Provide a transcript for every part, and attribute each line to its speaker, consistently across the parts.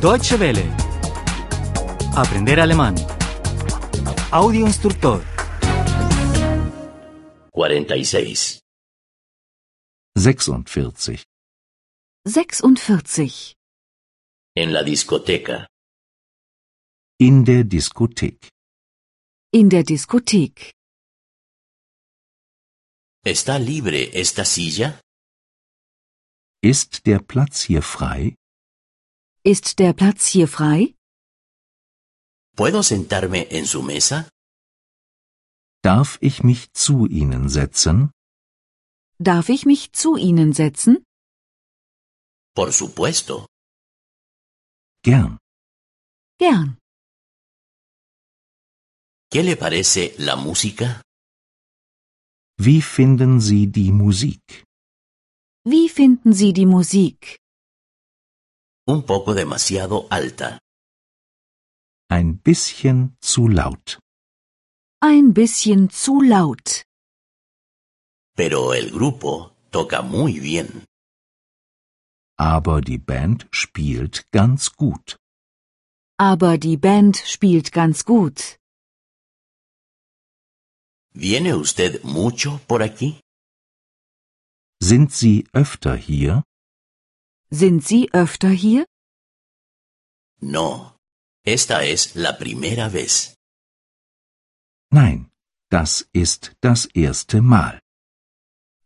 Speaker 1: Deutsche Welle. Aprender alemán. Audio instructor.
Speaker 2: 46.
Speaker 3: 46.
Speaker 4: 46.
Speaker 2: En la discoteca.
Speaker 3: In der Diskothek.
Speaker 4: In der Diskothek.
Speaker 2: ¿Está libre esta silla?
Speaker 3: Ist der Platz hier frei?
Speaker 4: Ist der Platz hier frei?
Speaker 2: ¿Puedo sentarme en su mesa?
Speaker 3: Darf ich mich zu Ihnen setzen?
Speaker 4: Darf ich mich zu Ihnen setzen?
Speaker 2: Por supuesto.
Speaker 3: Gern.
Speaker 4: Gern.
Speaker 2: ¿Qué le parece la música?
Speaker 3: Wie finden Sie die Musik?
Speaker 4: Wie finden Sie die Musik?
Speaker 2: Un poco demasiado alta.
Speaker 3: Ein bisschen zu laut.
Speaker 4: Ein bisschen zu laut.
Speaker 2: Pero el grupo toca muy bien.
Speaker 3: Aber die Band spielt ganz gut.
Speaker 4: Aber die Band spielt ganz gut.
Speaker 2: ¿Viene usted mucho por aquí?
Speaker 3: Sind Sie öfter hier?
Speaker 4: Sind Sie öfter hier?
Speaker 2: No. Esta es la primera vez.
Speaker 3: Nein, das ist das erste Mal.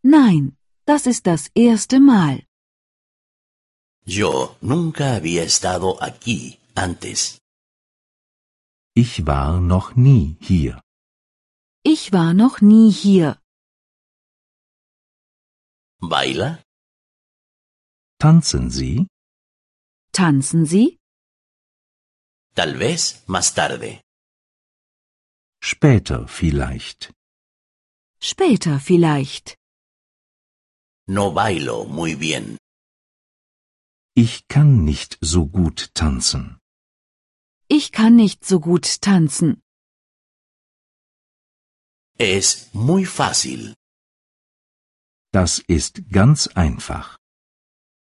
Speaker 4: Nein, das ist das erste Mal.
Speaker 2: Yo nunca había estado aquí antes.
Speaker 3: Ich war noch nie hier.
Speaker 4: Ich war noch nie hier.
Speaker 2: ¿Baila?
Speaker 3: Tanzen Sie?
Speaker 4: Tanzen Sie?
Speaker 2: Tal vez más tarde.
Speaker 3: Später vielleicht.
Speaker 4: Später vielleicht.
Speaker 2: No bailo muy bien.
Speaker 3: Ich kann nicht so gut tanzen.
Speaker 4: Ich kann nicht so gut tanzen.
Speaker 2: Es muy fácil.
Speaker 3: Das ist ganz einfach.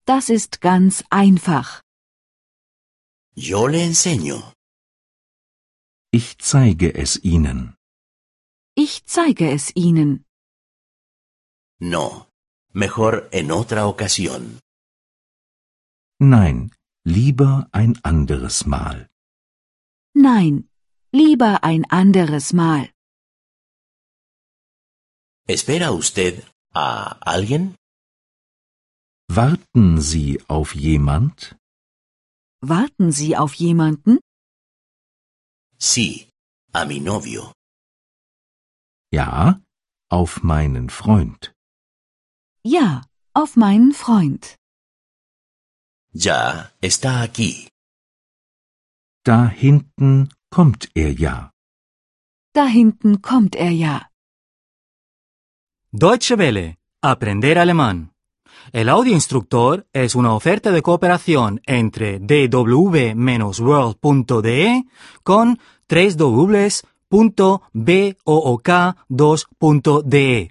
Speaker 4: Das ist ganz einfach.
Speaker 2: Yo le enseño.
Speaker 3: Ich zeige es Ihnen.
Speaker 4: Ich zeige es Ihnen.
Speaker 2: No. Mejor en otra ocasión.
Speaker 3: Nein, lieber ein anderes Mal.
Speaker 4: Nein, lieber ein anderes Mal.
Speaker 2: ¿Espera usted a alguien?
Speaker 3: Warten Sie auf jemand?
Speaker 4: Warten Sie auf jemanden?
Speaker 2: Sí, a mi novio.
Speaker 3: Ja, auf meinen Freund.
Speaker 4: Ja, auf meinen Freund.
Speaker 2: Ya está aquí.
Speaker 3: Da hinten kommt er ja.
Speaker 4: Da hinten kommt er ja.
Speaker 1: Deutsche Welle. Aprender alemán. El audio instructor es una oferta de cooperación entre dw-world.de con 3 2de